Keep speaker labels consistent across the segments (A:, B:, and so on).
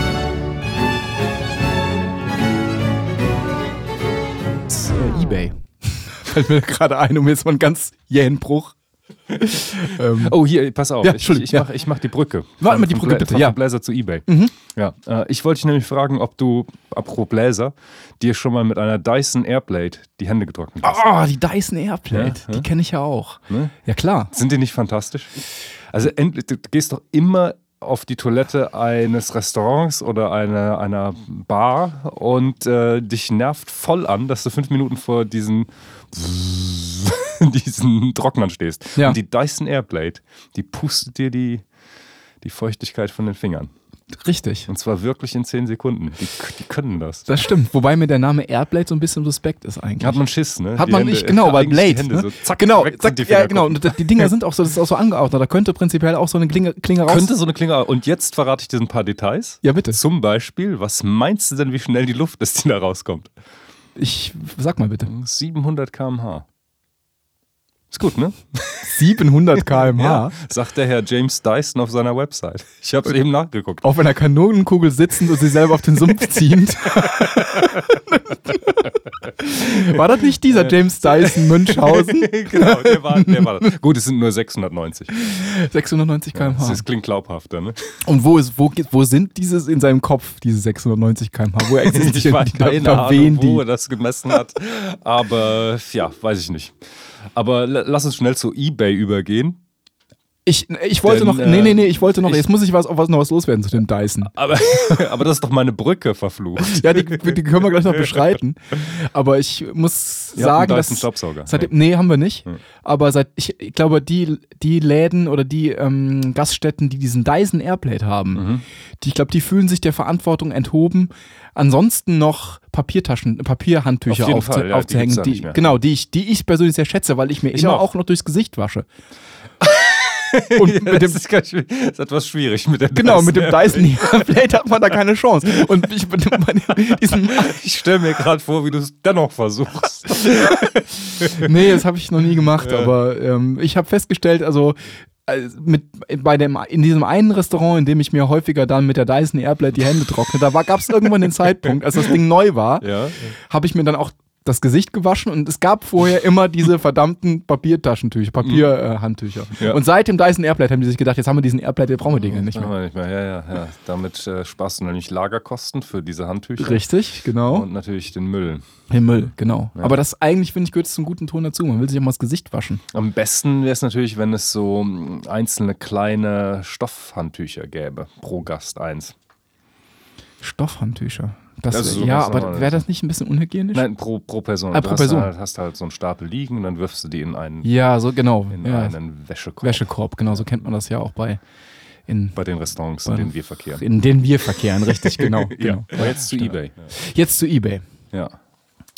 A: Äh,
B: Ah.
A: eBay. Fällt mir gerade ein, um jetzt mal einen ganz jähen Bruch.
B: Ähm, oh, hier, pass auf.
A: Ja,
B: ich
A: Entschuldigung,
B: ich
A: ja.
B: mache ich mach die Brücke.
A: Warte mal, die
B: Von
A: Brücke
B: Bla-
A: bitte,
B: Von
A: ja. Mhm.
B: Bläser zu Ebay. Ja, äh, ich wollte dich nämlich fragen, ob du, apropos Bläser, dir schon mal mit einer Dyson Airblade die Hände getrocknet hast.
A: Ah, die Dyson Airplate, die kenne ich ja auch.
B: Ne?
A: Ja klar.
B: Sind die nicht fantastisch? Also endlich, du gehst doch immer auf die Toilette eines Restaurants oder einer, einer Bar und äh, dich nervt voll an, dass du fünf Minuten vor diesen, diesen Trocknern stehst.
A: Ja.
B: Und die Dyson Airblade, die pustet dir die, die Feuchtigkeit von den Fingern.
A: Richtig.
B: Und zwar wirklich in zehn Sekunden. Die, die können das.
A: Das stimmt. Wobei mir der Name Airblade so ein bisschen suspekt ist eigentlich.
B: Hat man Schiss, ne?
A: Hat
B: Die
A: man
B: Hände-
A: nicht, genau, weil
B: eigentlich die
A: Blade.
B: Hände
A: ne?
B: so zack,
A: genau,
B: weg
A: zack,
B: sind die
A: ja,
B: Finger
A: genau.
B: kurz.
A: Und die Dinger sind auch so, das ist auch so angeordnet. Da könnte prinzipiell auch so eine Klinge, Klinge raus.
B: Könnte so eine Klinge. Und jetzt verrate ich dir ein paar Details.
A: Ja, bitte.
B: Zum Beispiel, was meinst du denn, wie schnell die Luft ist, die da rauskommt?
A: Ich sag mal bitte.
B: Mhm. 700 km/h. Ist gut, ne?
A: 700 km/h.
B: Sagt der Herr James Dyson auf seiner Website. Ich habe es eben nachgeguckt.
A: Auf einer Kanonenkugel sitzend und sich selber auf den Sumpf ziehend. War das nicht dieser James Dyson Münchhausen?
B: genau, der war, der war das. Gut, es sind nur 690.
A: 690
B: Das,
A: km/h.
B: ist- klingt glaubhafter, ne?
A: Und wo, ist, wo, geht- wo sind dieses in seinem Kopf, diese 690 km/h? Wo
B: Ich
A: existieren
B: weiß
A: die? Da,
B: keine
A: da
B: Ahnung,
A: wehen
B: wo er
A: die?
B: das gemessen hat. Aber ja, weiß ich nicht. Aber la- lass uns schnell zu Ebay übergehen.
A: Ich, ich wollte
B: Denn,
A: noch,
B: äh,
A: nee, nee, nee, ich wollte noch,
B: ich-
A: jetzt muss ich was, auf was noch was loswerden zu dem Dyson.
B: Aber, aber das ist doch meine Brücke verflucht.
A: Ja, die, die können wir gleich noch beschreiten. Aber ich muss
B: Ihr habt
A: sagen,
B: einen
A: dass
B: Dyson-Staubsauger.
A: Seitdem, nee, haben wir nicht. Aber seit ich, ich glaube, die, die Läden oder die ähm, Gaststätten, die diesen Dyson Airplate haben,
B: Mhm.
A: die, ich glaube, die fühlen sich der Verantwortung enthoben, ansonsten noch Papiertaschen, Papierhandtücher
B: Auf jeden
A: aufzu-
B: Fall, ja, die
A: aufzuhängen.
B: gibt's da
A: die
B: nicht mehr.
A: genau, die ich, die ich persönlich sehr schätze, weil ich mir
B: Ich
A: immer
B: auch.
A: auch noch durchs Gesicht wasche. Und
B: Ja,
A: mit dem
B: das, ist ganz schwierig. das ist etwas schwierig mit der
A: Genau,
B: Dyson
A: mit dem
B: Airplane.
A: Dyson Airplate hat man da keine Chance. Und ich bin bei diesem
B: Ich stelle mir gerade vor, wie du es dennoch versuchst.
A: Nee, das habe ich noch nie gemacht, aber ähm, ich habe festgestellt, also äh, mit, bei dem, in diesem einen Restaurant, in dem ich mir häufiger dann mit der Dyson Airblade die Hände trockne, da gab es irgendwann den Zeitpunkt, als das Ding neu war,
B: Ja.
A: habe ich mir dann auch das Gesicht gewaschen und es gab vorher immer diese verdammten Papiertaschentücher, Papierhandtücher. Äh,
B: Ja.
A: Handtücher. Und seit dem Dyson Airblade haben die sich gedacht, jetzt haben wir diesen Airblade, jetzt brauchen wir den ja nicht
B: Machen
A: mehr.
B: wir nicht mehr. Ja, ja, ja. Damit äh, sparst du nämlich Lagerkosten für diese Handtücher
A: Richtig, genau.
B: und natürlich den Müll.
A: Himmel, genau. Aber das eigentlich, finde ich, gehört zum guten Ton dazu. Man will sich auch mal das Gesicht waschen.
B: Am besten wäre es natürlich, wenn es so mh, einzelne kleine Stoffhandtücher gäbe, pro Gast eins.
A: Stoffhandtücher. Das,
B: Also sowas
A: ja,
B: normales.
A: aber wäre das nicht ein bisschen unhygienisch?
B: Nein, pro, pro Person.
A: Ah,
B: du
A: pro
B: hast,
A: Person.
B: Halt, hast halt so einen Stapel liegen und dann wirfst du die in einen,
A: Ja, so genau.
B: in
A: ja.
B: einen Wäschekorb
A: Wäschekorb, genau, so kennt man das ja auch bei in,
B: bei den Restaurants, in
A: Bei-
B: denen wir verkehren.
A: in denen wir verkehren, richtig, genau. genau.
B: Aber jetzt zu Ebay.
A: Jetzt zu Ebay.
B: Ja.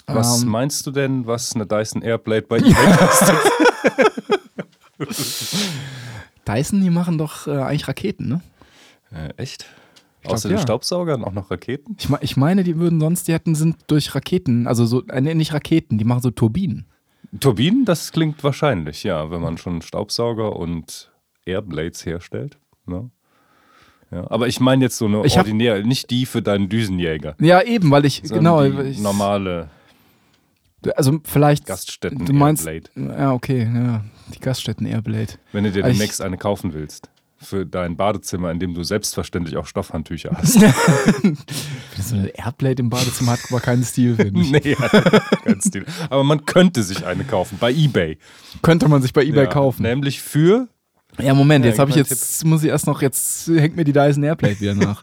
B: Was
A: Ähm.
B: meinst du denn, was eine Dyson Airblade bei Ebay kostet?
A: Dyson, die machen doch äh, eigentlich Raketen, ne?
B: äh, echt?
A: glaub,
B: Außer den
A: ja.
B: Staubsaugern auch noch Raketen?
A: Ich, me- ich meine, die würden sonst, die hätten, sind durch Raketen, also so, äh, nee, nicht Raketen, die machen so Turbinen.
B: Turbinen, das klingt wahrscheinlich, ja, wenn man schon Staubsauger und Airblades herstellt. Ne? Ja, aber ich meine jetzt so eine
A: Ich hab-
B: ordinäre, nicht die für deinen Düsenjäger.
A: Ja, eben, weil ich, genau,
B: sondern die
A: ich,
B: normale
A: also vielleicht,
B: Gaststätten
A: du meinst,
B: Airblade.
A: ja, okay, ja, die Gaststätten Airblade.
B: Wenn du dir
A: Also ich-
B: demnächst eine kaufen willst. Für dein Badezimmer, in dem du selbstverständlich auch Stoffhandtücher hast.
A: So eine Airblade im Badezimmer hat aber keinen Stil, finde ich.
B: Nee, hat keinen Stil. Aber man könnte sich eine kaufen bei eBay.
A: Könnte man sich bei Ebay
B: Ja,
A: kaufen.
B: Nämlich für.
A: Ja, Moment,
B: Ja,
A: jetzt habe
B: gib
A: ich
B: mal
A: jetzt, muss ich erst noch, jetzt hängt mir die Dyson Airplate wieder nach.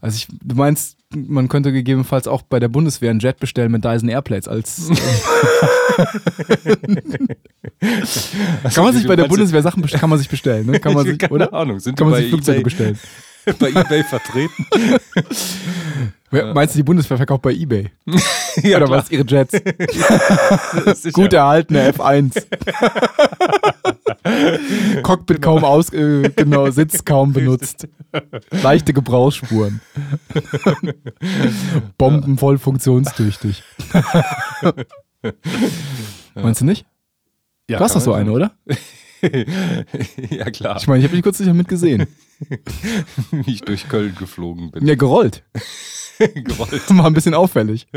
A: also ich, du meinst, man könnte gegebenenfalls auch bei der Bundeswehr einen Jet bestellen mit Dyson Airplates als. äh, kann man sich bei der
B: Meinst du-
A: Bundeswehr Sachen bestellen? Kann man sich bestellen, ne? Kann man sich,
B: Keine
A: oder?
B: Ahnung, sind
A: Kann
B: die
A: man
B: bei
A: sich Flugzeuge
B: eBay,
A: bestellen?
B: bei eBay vertreten?
A: Wer- Meinst du, die Bundeswehr verkauft bei Ebay?
B: ja,
A: oder was? Ihre Jets?
B: was?
A: Gut erhaltene F1. Cockpit kaum aus, äh, genau, Sitz kaum benutzt. Leichte Gebrauchsspuren. Bomben voll funktionstüchtig. Meinst du nicht?
B: Ja,
A: Du hast doch so eine, oder?
B: ja, klar.
A: Ich meine, ich habe dich kurz nicht damit gesehen.
B: Wie ich durch Köln geflogen bin.
A: Ja, gerollt.
B: Gewollt.
A: War ein bisschen auffällig.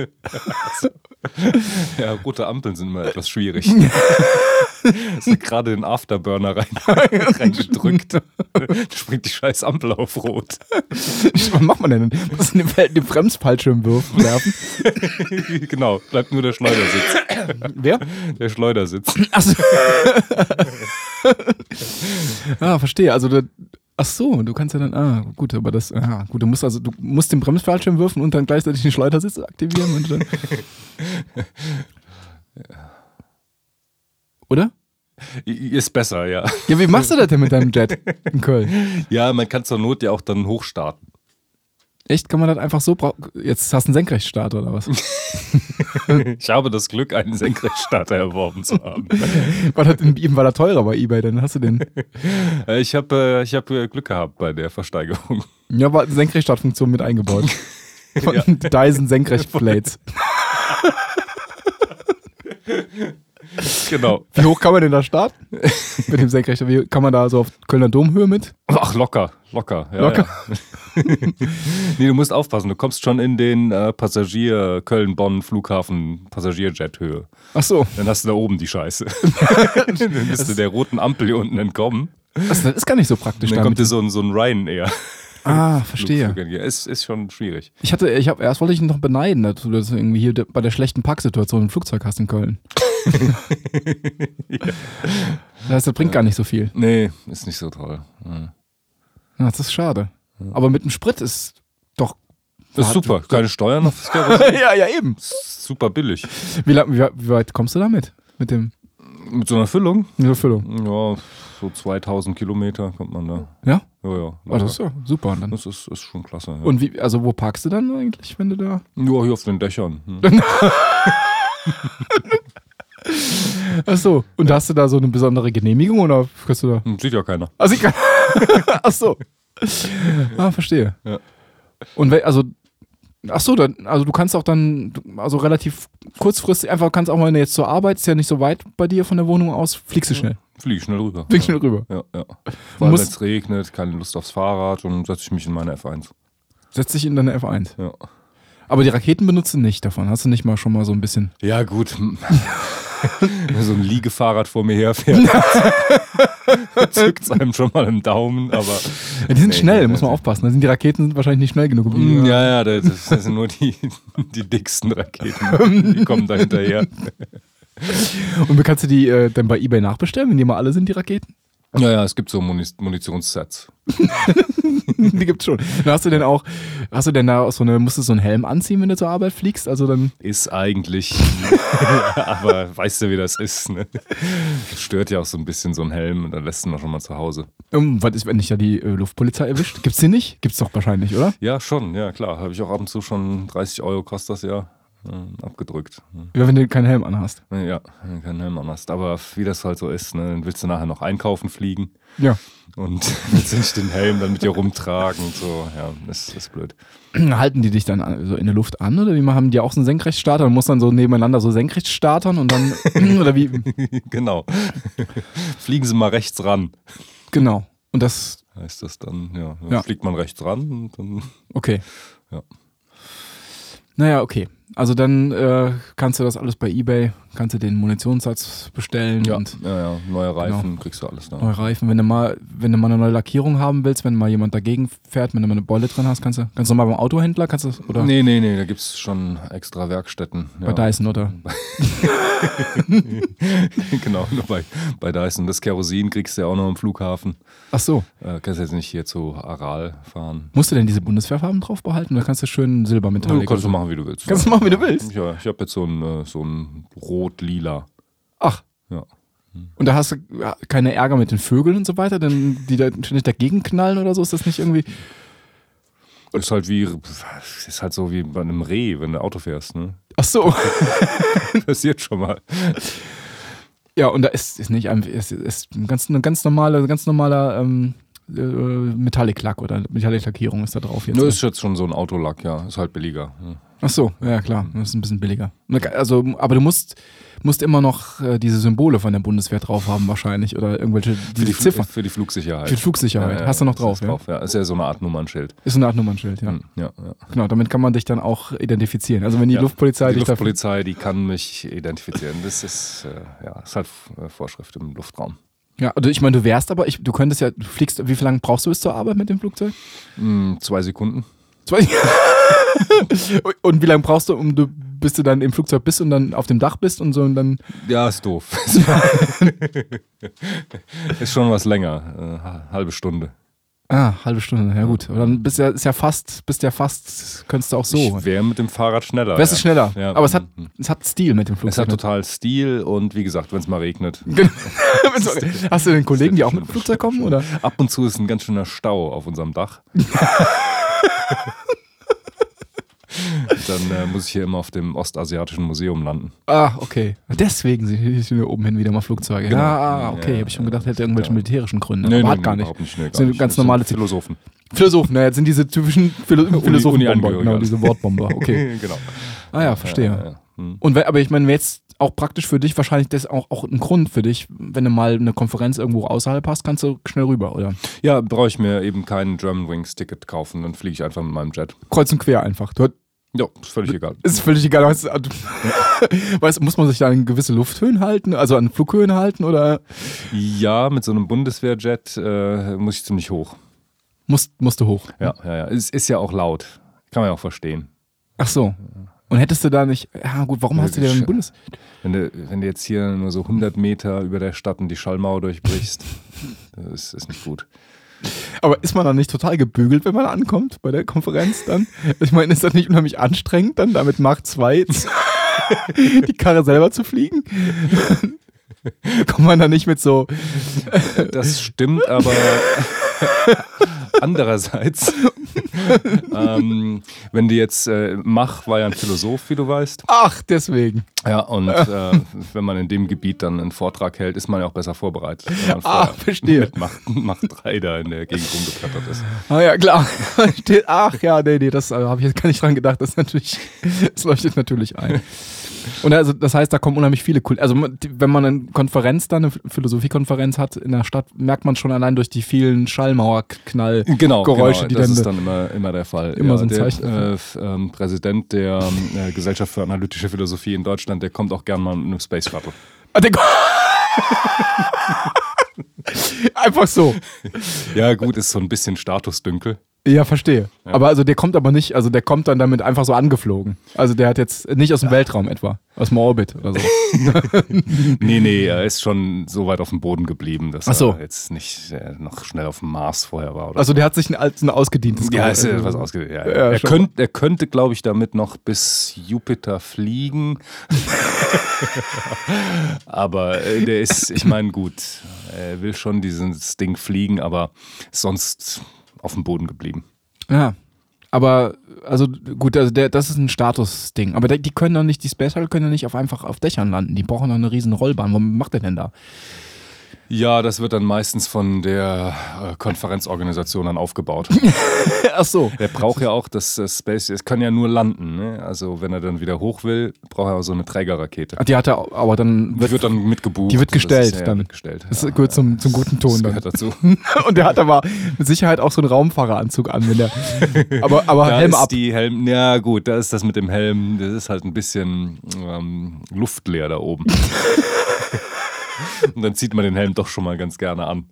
B: Ja, rote Ampeln sind immer etwas schwierig. Hast du gerade den Afterburner rein, reingedrückt. springt die scheiß Ampel auf rot.
A: Was macht man denn? Muss in dem Feld den Bremsfallschirm wirf- werfen?
B: genau, bleibt nur der Schleudersitz.
A: Wer?
B: Der Schleudersitz.
A: Achso. ah, verstehe. Also da, ach so, du kannst ja dann ah gut, aber das ah, gut, du musst also du musst den Bremsfallschirm wirfen und dann gleichzeitig den Schleudersitz aktivieren und dann Oder?
B: Ist besser, ja.
A: Ja, wie machst du das denn mit deinem Jet in Köln?
B: Ja, man kann zur Not ja auch dann hochstarten.
A: Echt, kann man das einfach so brau- jetzt hast du einen Senkrechtstart oder was?
B: Ich habe das Glück, einen Senkrechtstarter erworben zu haben.
A: War das in, ihm war das teurer bei eBay, dann hast du den
B: Äh, Ich habe äh, ich hab äh, Glück gehabt bei der Versteigerung.
A: Ja, war eine Senkrechtstartfunktion mit eingebaut. Von Dyson Senkrechtplates.
B: Genau.
A: Wie hoch kann man denn da starten? mit dem Senkrechter, wie kann man da so auf Kölner Domhöhe mit?
B: Ach, locker, locker. Ja,
A: Locker.
B: Ja. nee, du musst aufpassen, du kommst schon in den äh, Passagier Köln-Bonn-Flughafen Passagierjet-Höhe.
A: Ach so.
B: Dann hast du da oben die Scheiße. dann bist du der roten Ampel hier unten entkommen.
A: Das, das ist gar nicht so praktisch.
B: Und dann
A: damit.
B: kommt dir so ein, so ein Ryanair.
A: ah, verstehe.
B: Ja, Ist, ist schon schwierig.
A: Ich hatte, ich habe erst wollte ich ihn noch beneiden, dass du das irgendwie hier de- bei der schlechten Parksituation im Flugzeug hast in Köln. Das heißt, das bringt gar nicht so viel.
B: Nee, ist nicht so toll. Ja.
A: Ja, das ist schade. Aber mit dem Sprit ist doch.
B: Ist
A: Hat-
B: super, keine Steuern auf das Gerät.
A: ja, ja, eben.
B: Ist super billig.
A: Wie, lang, wie, wie weit kommst du damit? Mit dem
B: Mit so einer Füllung,
A: mit der Füllung.
B: ja, so 2000 Kilometer kommt man da.
A: Ja?
B: Ja, ja.
A: Oh, das ist ja super. Und, dann.
B: das ist, ist schon klasse. Ja.
A: und wie, also wo parkst du dann eigentlich, wenn du da.
B: Nur hier auf den Dächern. Hm.
A: Ach so. Und hast du da so eine besondere Genehmigung oder kannst du da.
B: Hm, Sieht ja keiner.
A: Also ich kann. Ach so. Ah, verstehe.
B: Ja.
A: Und we, also ach so, dann also du kannst auch dann du- also relativ kurzfristig einfach kannst auch mal jetzt zur Arbeit, ist ja nicht so weit bei dir von der Wohnung aus, fliegst du schnell.
B: Fliege schnell rüber.
A: Fliegst schnell rüber.
B: Ja, ja. Vor allem, wenn
A: Muss-
B: es regnet, keine Lust aufs Fahrrad und setze ich mich in meine F1.
A: Setz dich in deine F1.
B: Ja,
A: Aber die Raketen benutzen nicht davon. Hast du nicht mal schon mal so ein bisschen.
B: ja gut. wenn so ein Liegefahrrad vor mir herfährt, zückt es einem schon mal im Daumen, aber.
A: Ja, die sind
B: Nee,
A: schnell,
B: nee,
A: muss man
B: nee.
A: aufpassen. Da sind die Raketen sind wahrscheinlich nicht schnell genug. um die-
B: Mm, Ja, ja, das, das das sind nur die, die dicksten Raketen. Die kommen da hinterher.
A: Und wie kannst du die äh, dann bei eBay nachbestellen, wenn die mal alle sind, die Raketen?
B: Ja, ja, es gibt so Muni Munitionssets.
A: die gibt's schon. Dann hast du denn auch, hast du denn da auch so eine, musst du so einen Helm anziehen, wenn du zur Arbeit fliegst? Also dann.
B: Ist eigentlich, aber weißt du, wie das ist, ne? Stört ja auch so ein bisschen so ein Helm und dann lässt du ihn auch schon mal zu Hause.
A: Ähm, was ist, wenn dich da die äh, Luftpolizei erwischt? Gibt's die nicht? Gibt's doch wahrscheinlich, oder?
B: Ja, schon, ja, klar. Habe ich auch ab und zu schon 30 Euro kostet das ja. ähm, Abgedrückt.
A: Wenn du keinen Helm anhast.
B: Ja, kein Helm am Ast. Aber wie das halt so ist, ne? dann willst du nachher noch einkaufen fliegen
A: Ja.
B: und willst nicht den Helm dann mit dir rumtragen und so. Ja, das ist blöd.
A: Halten die dich dann an, so in der Luft an oder wie man- haben die auch so einen Senkrechtstarter und muss dann so nebeneinander so senkrecht startern und dann oder wie
B: genau. Fliegen sie mal rechts ran,
A: genau. Und das
B: heißt das dann. Ja, dann
A: Ja.
B: fliegt man rechts ran und dann.
A: okay.
B: Ja.
A: Naja, okay. Also dann äh, kannst du das alles bei eBay, kannst du den Munitionssatz bestellen und
B: ja, ja, neue Reifen
A: Genau.
B: kriegst du alles da.
A: neue Reifen. Oh, Wenn du mal, wenn du mal eine neue Lackierung haben willst, wenn mal jemand dagegen fährt, wenn du mal eine Beule drin hast, kannst du ganz normal beim Autohändler kannst du das- oder
B: Nee, nee, nee, da gibt es schon extra Werkstätten.
A: bei
B: ja.
A: Dyson oder
B: genau, nur bei, bei Dyson. Das Kerosin kriegst du ja auch noch am Flughafen.
A: Ach so.
B: Äh, kannst jetzt nicht hier zu Aral fahren.
A: Musst du denn diese Bundeswehrfarben drauf behalten oder kannst du schön Silbermetall?
B: Du kannst du machen, wie du willst.
A: Kannst du machen, wie du willst.
B: Ja, ich habe jetzt so ein, äh, so ein rot-lila.
A: Ach.
B: Ja.
A: Und da hast du ja, keine Ärger mit den Vögeln und so weiter, denn die da ständig dagegen knallen oder so, ist das nicht irgendwie.
B: Ist halt wie, ist halt so wie bei einem Reh, wenn du Auto fährst, ne?
A: Ach so.
B: Passiert schon mal.
A: Ja, und da ist, ist nicht ein, ist, ist ein ganz, ein ganz normaler, ganz normaler ähm, äh, Metallic-Lack oder Metallic-Lackierung ist da drauf jetzt.
B: Nur ist jetzt schon so ein Autolack, ja. Ist halt billiger. Ja.
A: Ach so, ja klar, das ist ein bisschen billiger. Also, aber du musst, musst immer noch äh, diese Symbole von der Bundeswehr drauf haben wahrscheinlich oder irgendwelche
B: Für die,
A: diese
B: Fl-
A: Ziffern.
B: für die Flugsicherheit.
A: Für die Flugsicherheit.
B: Ja, ja,
A: Hast du noch
B: das
A: drauf,
B: ist
A: ja?
B: ja. Ist ja so eine Art Nummernschild.
A: Ist so eine Art Nummernschild, ja.
B: Hm, Ja, ja.
A: Genau, damit kann man dich dann auch identifizieren. Also wenn die
B: ja.
A: Luftpolizei
B: die
A: dich dafür.
B: Luftpolizei, die kann mich identifizieren. Das ist, äh, ja, ist halt äh, Vorschrift im Luftraum.
A: Ja, also ich meine, du wärst aber, ich, du könntest ja, du fliegst, wie viel lange brauchst du bis zur Arbeit mit dem Flugzeug?
B: Hm, zwei Sekunden.
A: Zwei- und wie lange brauchst du, um du, bis du dann im Flugzeug bist und dann auf dem Dach bist und so und dann.
B: Ja, ist doof. ist schon was länger. äh, ha- halbe Stunde.
A: Ah, halbe Stunde, ja gut. Aber dann bist ja, ist ja fast, bist ja fast, könntest du auch so.
B: Ich wäre mit dem Fahrrad schneller.
A: Wärst du
B: ja.
A: schneller.
B: Ja. Mhm.
A: Aber es hat, es hat Stil mit dem
B: Es
A: Flugzeug.
B: hat
A: Genau.
B: total Stil und wie gesagt, wenn es mal regnet.
A: Hast du denn Kollegen, die auch mit dem
B: Schlimm,
A: Flugzeug kommen?
B: schlimm.
A: Oder?
B: Ab und zu ist ein ganz schöner Stau auf unserem Dach. Dann äh, muss ich hier immer auf dem Ostasiatischen Museum landen.
A: Ah, okay. Deswegen sind hier oben hin wieder mal Flugzeuge.
B: Genau.
A: Ja, ah, okay.
B: Ja,
A: Hab ich schon gedacht, hätte irgendwelche
B: ja.
A: militärischen Gründe. Aber hat gar nicht.
B: überhaupt nicht. Nee, gar
A: sind
B: nicht.
A: ganz
B: Das sind
A: normale Ziele.
B: Philosophen.
A: Philosophen, na, jetzt sind diese typischen Philo Philosophenbomber,
B: Uni-Angehörige.
A: genau, diese Wortbomber. Okay.
B: genau.
A: Ah ja, verstehe.
B: Ja, ja. Hm.
A: Und wenn, aber ich meine, wär jetzt auch praktisch für dich wahrscheinlich das auch, auch ein Grund für dich, wenn du mal eine Konferenz irgendwo außerhalb hast, kannst du schnell rüber, oder?
B: ja brauche ich mir eben kein Germanwings-Ticket kaufen, dann fliege ich einfach mit meinem Jet.
A: Kreuz und quer einfach. Du,
B: Ja, ist völlig egal.
A: ist völlig egal. Was, du- weißt, du, muss man sich da an gewisse Lufthöhen halten, also an Flughöhen halten oder
B: Ja, mit so einem Bundeswehrjet äh, muss ich ziemlich hoch.
A: musst, musst du hoch?
B: Ja, ja, ja. Es ist ja auch laut. Kann man ja auch verstehen.
A: Ach so. Und hättest du da nicht, ja gut, warum hast du dir
B: Wirklich,
A: dann Bundes...
B: Wenn du, wenn du jetzt hier nur so 100 Meter über der Stadt und die Schallmauer durchbrichst, das ist, ist nicht gut.
A: Aber ist man dann nicht total gebügelt, wenn man ankommt bei der Konferenz dann? Ich meine, ist das nicht unheimlich anstrengend, dann damit Mach 2 die Karre selber zu fliegen? Kommt man da nicht mit so,
B: Das stimmt, aber andererseits, ähm, wenn du jetzt, äh, Mach war ja ein Philosoph, wie du weißt,
A: ach, deswegen.
B: ja, und äh, wenn man in dem Gebiet dann einen Vortrag hält, ist man ja auch besser vorbereitet, wenn man
A: Ah,
B: vorher
A: verstehe.
B: mit Mach, Mach 3 da in der Gegend rumgeklettert ist.
A: Ah ja, klar. Steht- Ach ja, nee, nee, das äh, habe ich jetzt gar nicht dran gedacht. Das ist natürlich, das leuchtet natürlich ein. Und also, das heißt, da kommen unheimlich viele cool. Also, man- die- wenn man eine Konferenz dann, eine Philosophiekonferenz hat in der Stadt, merkt man schon allein durch die vielen Schallmauerknall.
B: Genau,
A: Geräusche,
B: genau.
A: die
B: das
A: dann-
B: ist dann immer, immer der Fall.
A: Immer so ein
B: der,
A: Zeichen.
B: Äh, f- ähm, Präsident der ähm, äh, Gesellschaft für analytische Philosophie in Deutschland, der kommt auch gern mal mit einem Space Shuttle.
A: Ah, der Einfach so.
B: Ja, gut, ist so ein bisschen Statusdünkel.
A: Ja, verstehe. Aber also der kommt aber nicht, also der kommt dann damit einfach so angeflogen. Also der hat jetzt nicht aus dem Weltraum etwa, aus dem Orbit oder so.
B: Nee, nee, er ist schon so weit auf dem Boden geblieben, dass
A: Ach so.
B: er jetzt nicht äh, noch schnell auf dem Mars vorher war. Oder
A: Also der hat sich ein, altes- ein ausgedientes
B: ja,
A: geholt.
B: ist äh,
A: Also-
B: was ausge ja,
A: Ja,
B: er,
A: schon.
B: könnt, er könnte, glaube ich, damit noch bis Jupiter fliegen. aber äh, der ist, ich meine, gut, er will schon dieses Ding fliegen, aber sonst auf dem Boden geblieben.
A: Ja. Aber, also gut, also der, das ist ein Statusding. Aber der, die können doch nicht, die Space Shuttle können doch nicht auf einfach auf Dächern landen. Die brauchen doch eine riesen Rollbahn. Warum macht der denn da?
B: Ja, das wird dann meistens von der äh, Konferenzorganisation dann aufgebaut.
A: Ach so.
B: Der braucht ja auch das äh, Space, es kann ja nur landen. Ne? Also wenn er dann wieder hoch will, braucht er auch so eine Trägerrakete.
A: Die hat er, au- aber dann
B: Die
A: wird,
B: wird dann mitgebucht.
A: die wird
B: Das ist-
A: gestellt
B: ja,
A: dann.
B: Wird gestellt.
A: das
B: ja,
A: gehört zum, zum guten
B: das
A: Ton dann.
B: gehört dazu.
A: Und der hat aber mit Sicherheit auch so einen Raumfahreranzug an, wenn der. Aber, aber
B: Da
A: Ah, Helm
B: ist
A: ab.
B: die Helm, ja gut, da ist das mit dem Helm, das ist halt ein bisschen ähm, luftleer da oben. Und dann zieht man den Helm doch schon mal ganz gerne an.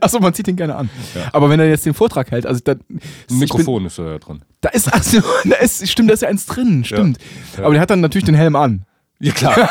A: Achso, man zieht ihn gerne an. Aber wenn er jetzt den Vortrag hält, also dann.
B: Ein
A: ich bin-
B: Mikrofon ist da ja drin.
A: Da ist, ach so, da ist, stimmt, da ist ja eins drin, stimmt.
B: Ja.
A: Aber der hat dann natürlich den Helm an.
B: Ja klar.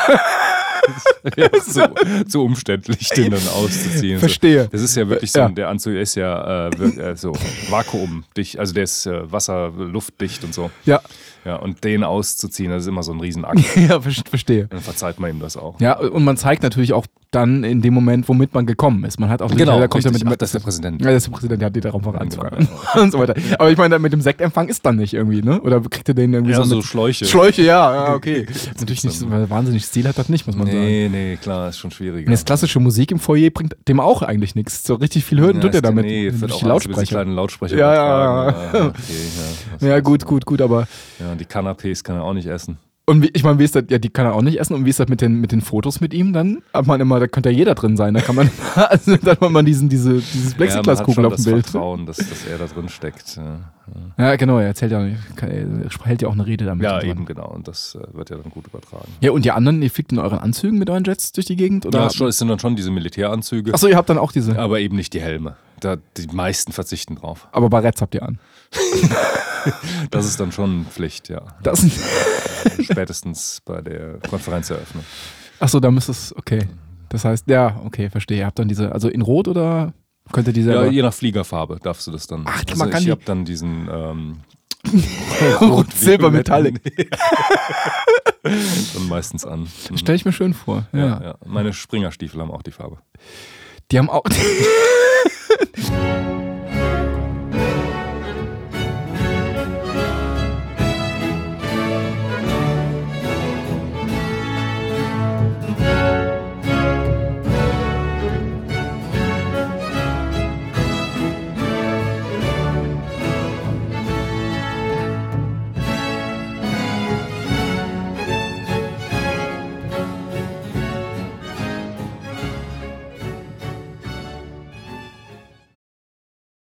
B: ja, so, so umständlich, den dann auszuziehen.
A: Verstehe.
B: Das ist ja wirklich so,
A: Ja.
B: der Anzug ist ja äh, wir- äh, so vakuumdicht, also der ist äh, Wasser, Luftdicht und so.
A: Ja,
B: Ja, und den auszuziehen, das ist immer so ein Riesenakt.
A: ja ver- verstehe.
B: Dann verzeiht man ihm das auch.
A: Ja, und man zeigt natürlich auch, da- dann in dem Moment, womit man gekommen ist. Man hat auch
B: Genau,
A: da kommt ja
B: richtig.
A: mit,
B: Das ist der Präsident.
A: Ja, das ist der Präsident, der hat die darauf
B: Ja, genau.
A: voranzufahren und so weiter. Aber ich meine, mit dem Sektempfang ist dann nicht irgendwie, ne? Oder kriegt ihr den irgendwie
B: Ja,
A: so,
B: so
A: mit
B: Schläuche.
A: Schläuche, ja, ja, okay. Ist Natürlich nicht so, weil wahnsinnig Stil hat das nicht, muss man sagen.
B: Nee, genau. nee, klar, ist schon schwieriger.
A: Und jetzt klassische Musik im Foyer bringt dem auch eigentlich nichts. So richtig viel Hürden tut er
B: ist-
A: damit.
B: Nee, es wird
A: Durch
B: auch
A: die
B: alles über die
A: Lautsprecher.
B: kleinen Lautsprecher.
A: Ja, ja,
B: übertragen.
A: ja.
B: Ah, okay, ja.
A: Ja, gut, gut, gut, aber.
B: ja, und die Canapés kann er auch nicht essen.
A: Und wie, ich meine, wie ist das? Ja, die kann er auch nicht essen. Und wie ist das mit den, mit den Fotos mit ihm dann? Hat man immer, da könnte ja jeder drin sein. Da kann man, also, dann hat man diesen, diese, dieses Plexiglaskugel
B: ja, man
A: auf
B: hat schon
A: dem Bild.
B: Das Vertrauen, dass, dass er da drin steckt. Ja,
A: Ja, genau, er erzählt ja, kann, er hält ja auch eine Rede damit.
B: ja
A: und so.
B: eben genau. Und das äh, wird ja dann gut übertragen.
A: Ja, und ihr anderen, ihr fliegt in euren Anzügen mit euren Jets durch die Gegend? Oder?
B: Ja, schon- es sind dann schon diese Militäranzüge,
A: Achso, ihr habt dann auch diese.
B: aber eben nicht die Helme. Da, die meisten verzichten drauf.
A: Aber Barretts habt ihr an.
B: Das ist dann schon Pflicht, ja.
A: Das,
B: Spätestens bei der Konferenzeröffnung.
A: achso, da müsst es, okay. Das heißt, ja, okay, verstehe. Ihr habt dann diese, also in Rot oder könnt ihr diese.
B: Ja, je nach Fliegerfarbe darfst du das dann.
A: Ach,
B: also
A: man kann
B: ich
A: die-
B: habe dann diesen ähm,
A: Rot, Silber,
B: violetten-
A: Metallic.
B: dann meistens an. Mhm.
A: Stelle ich mir schön vor. Ja.
B: ja. Meine Springerstiefel haben auch die Farbe.
A: Die haben auch.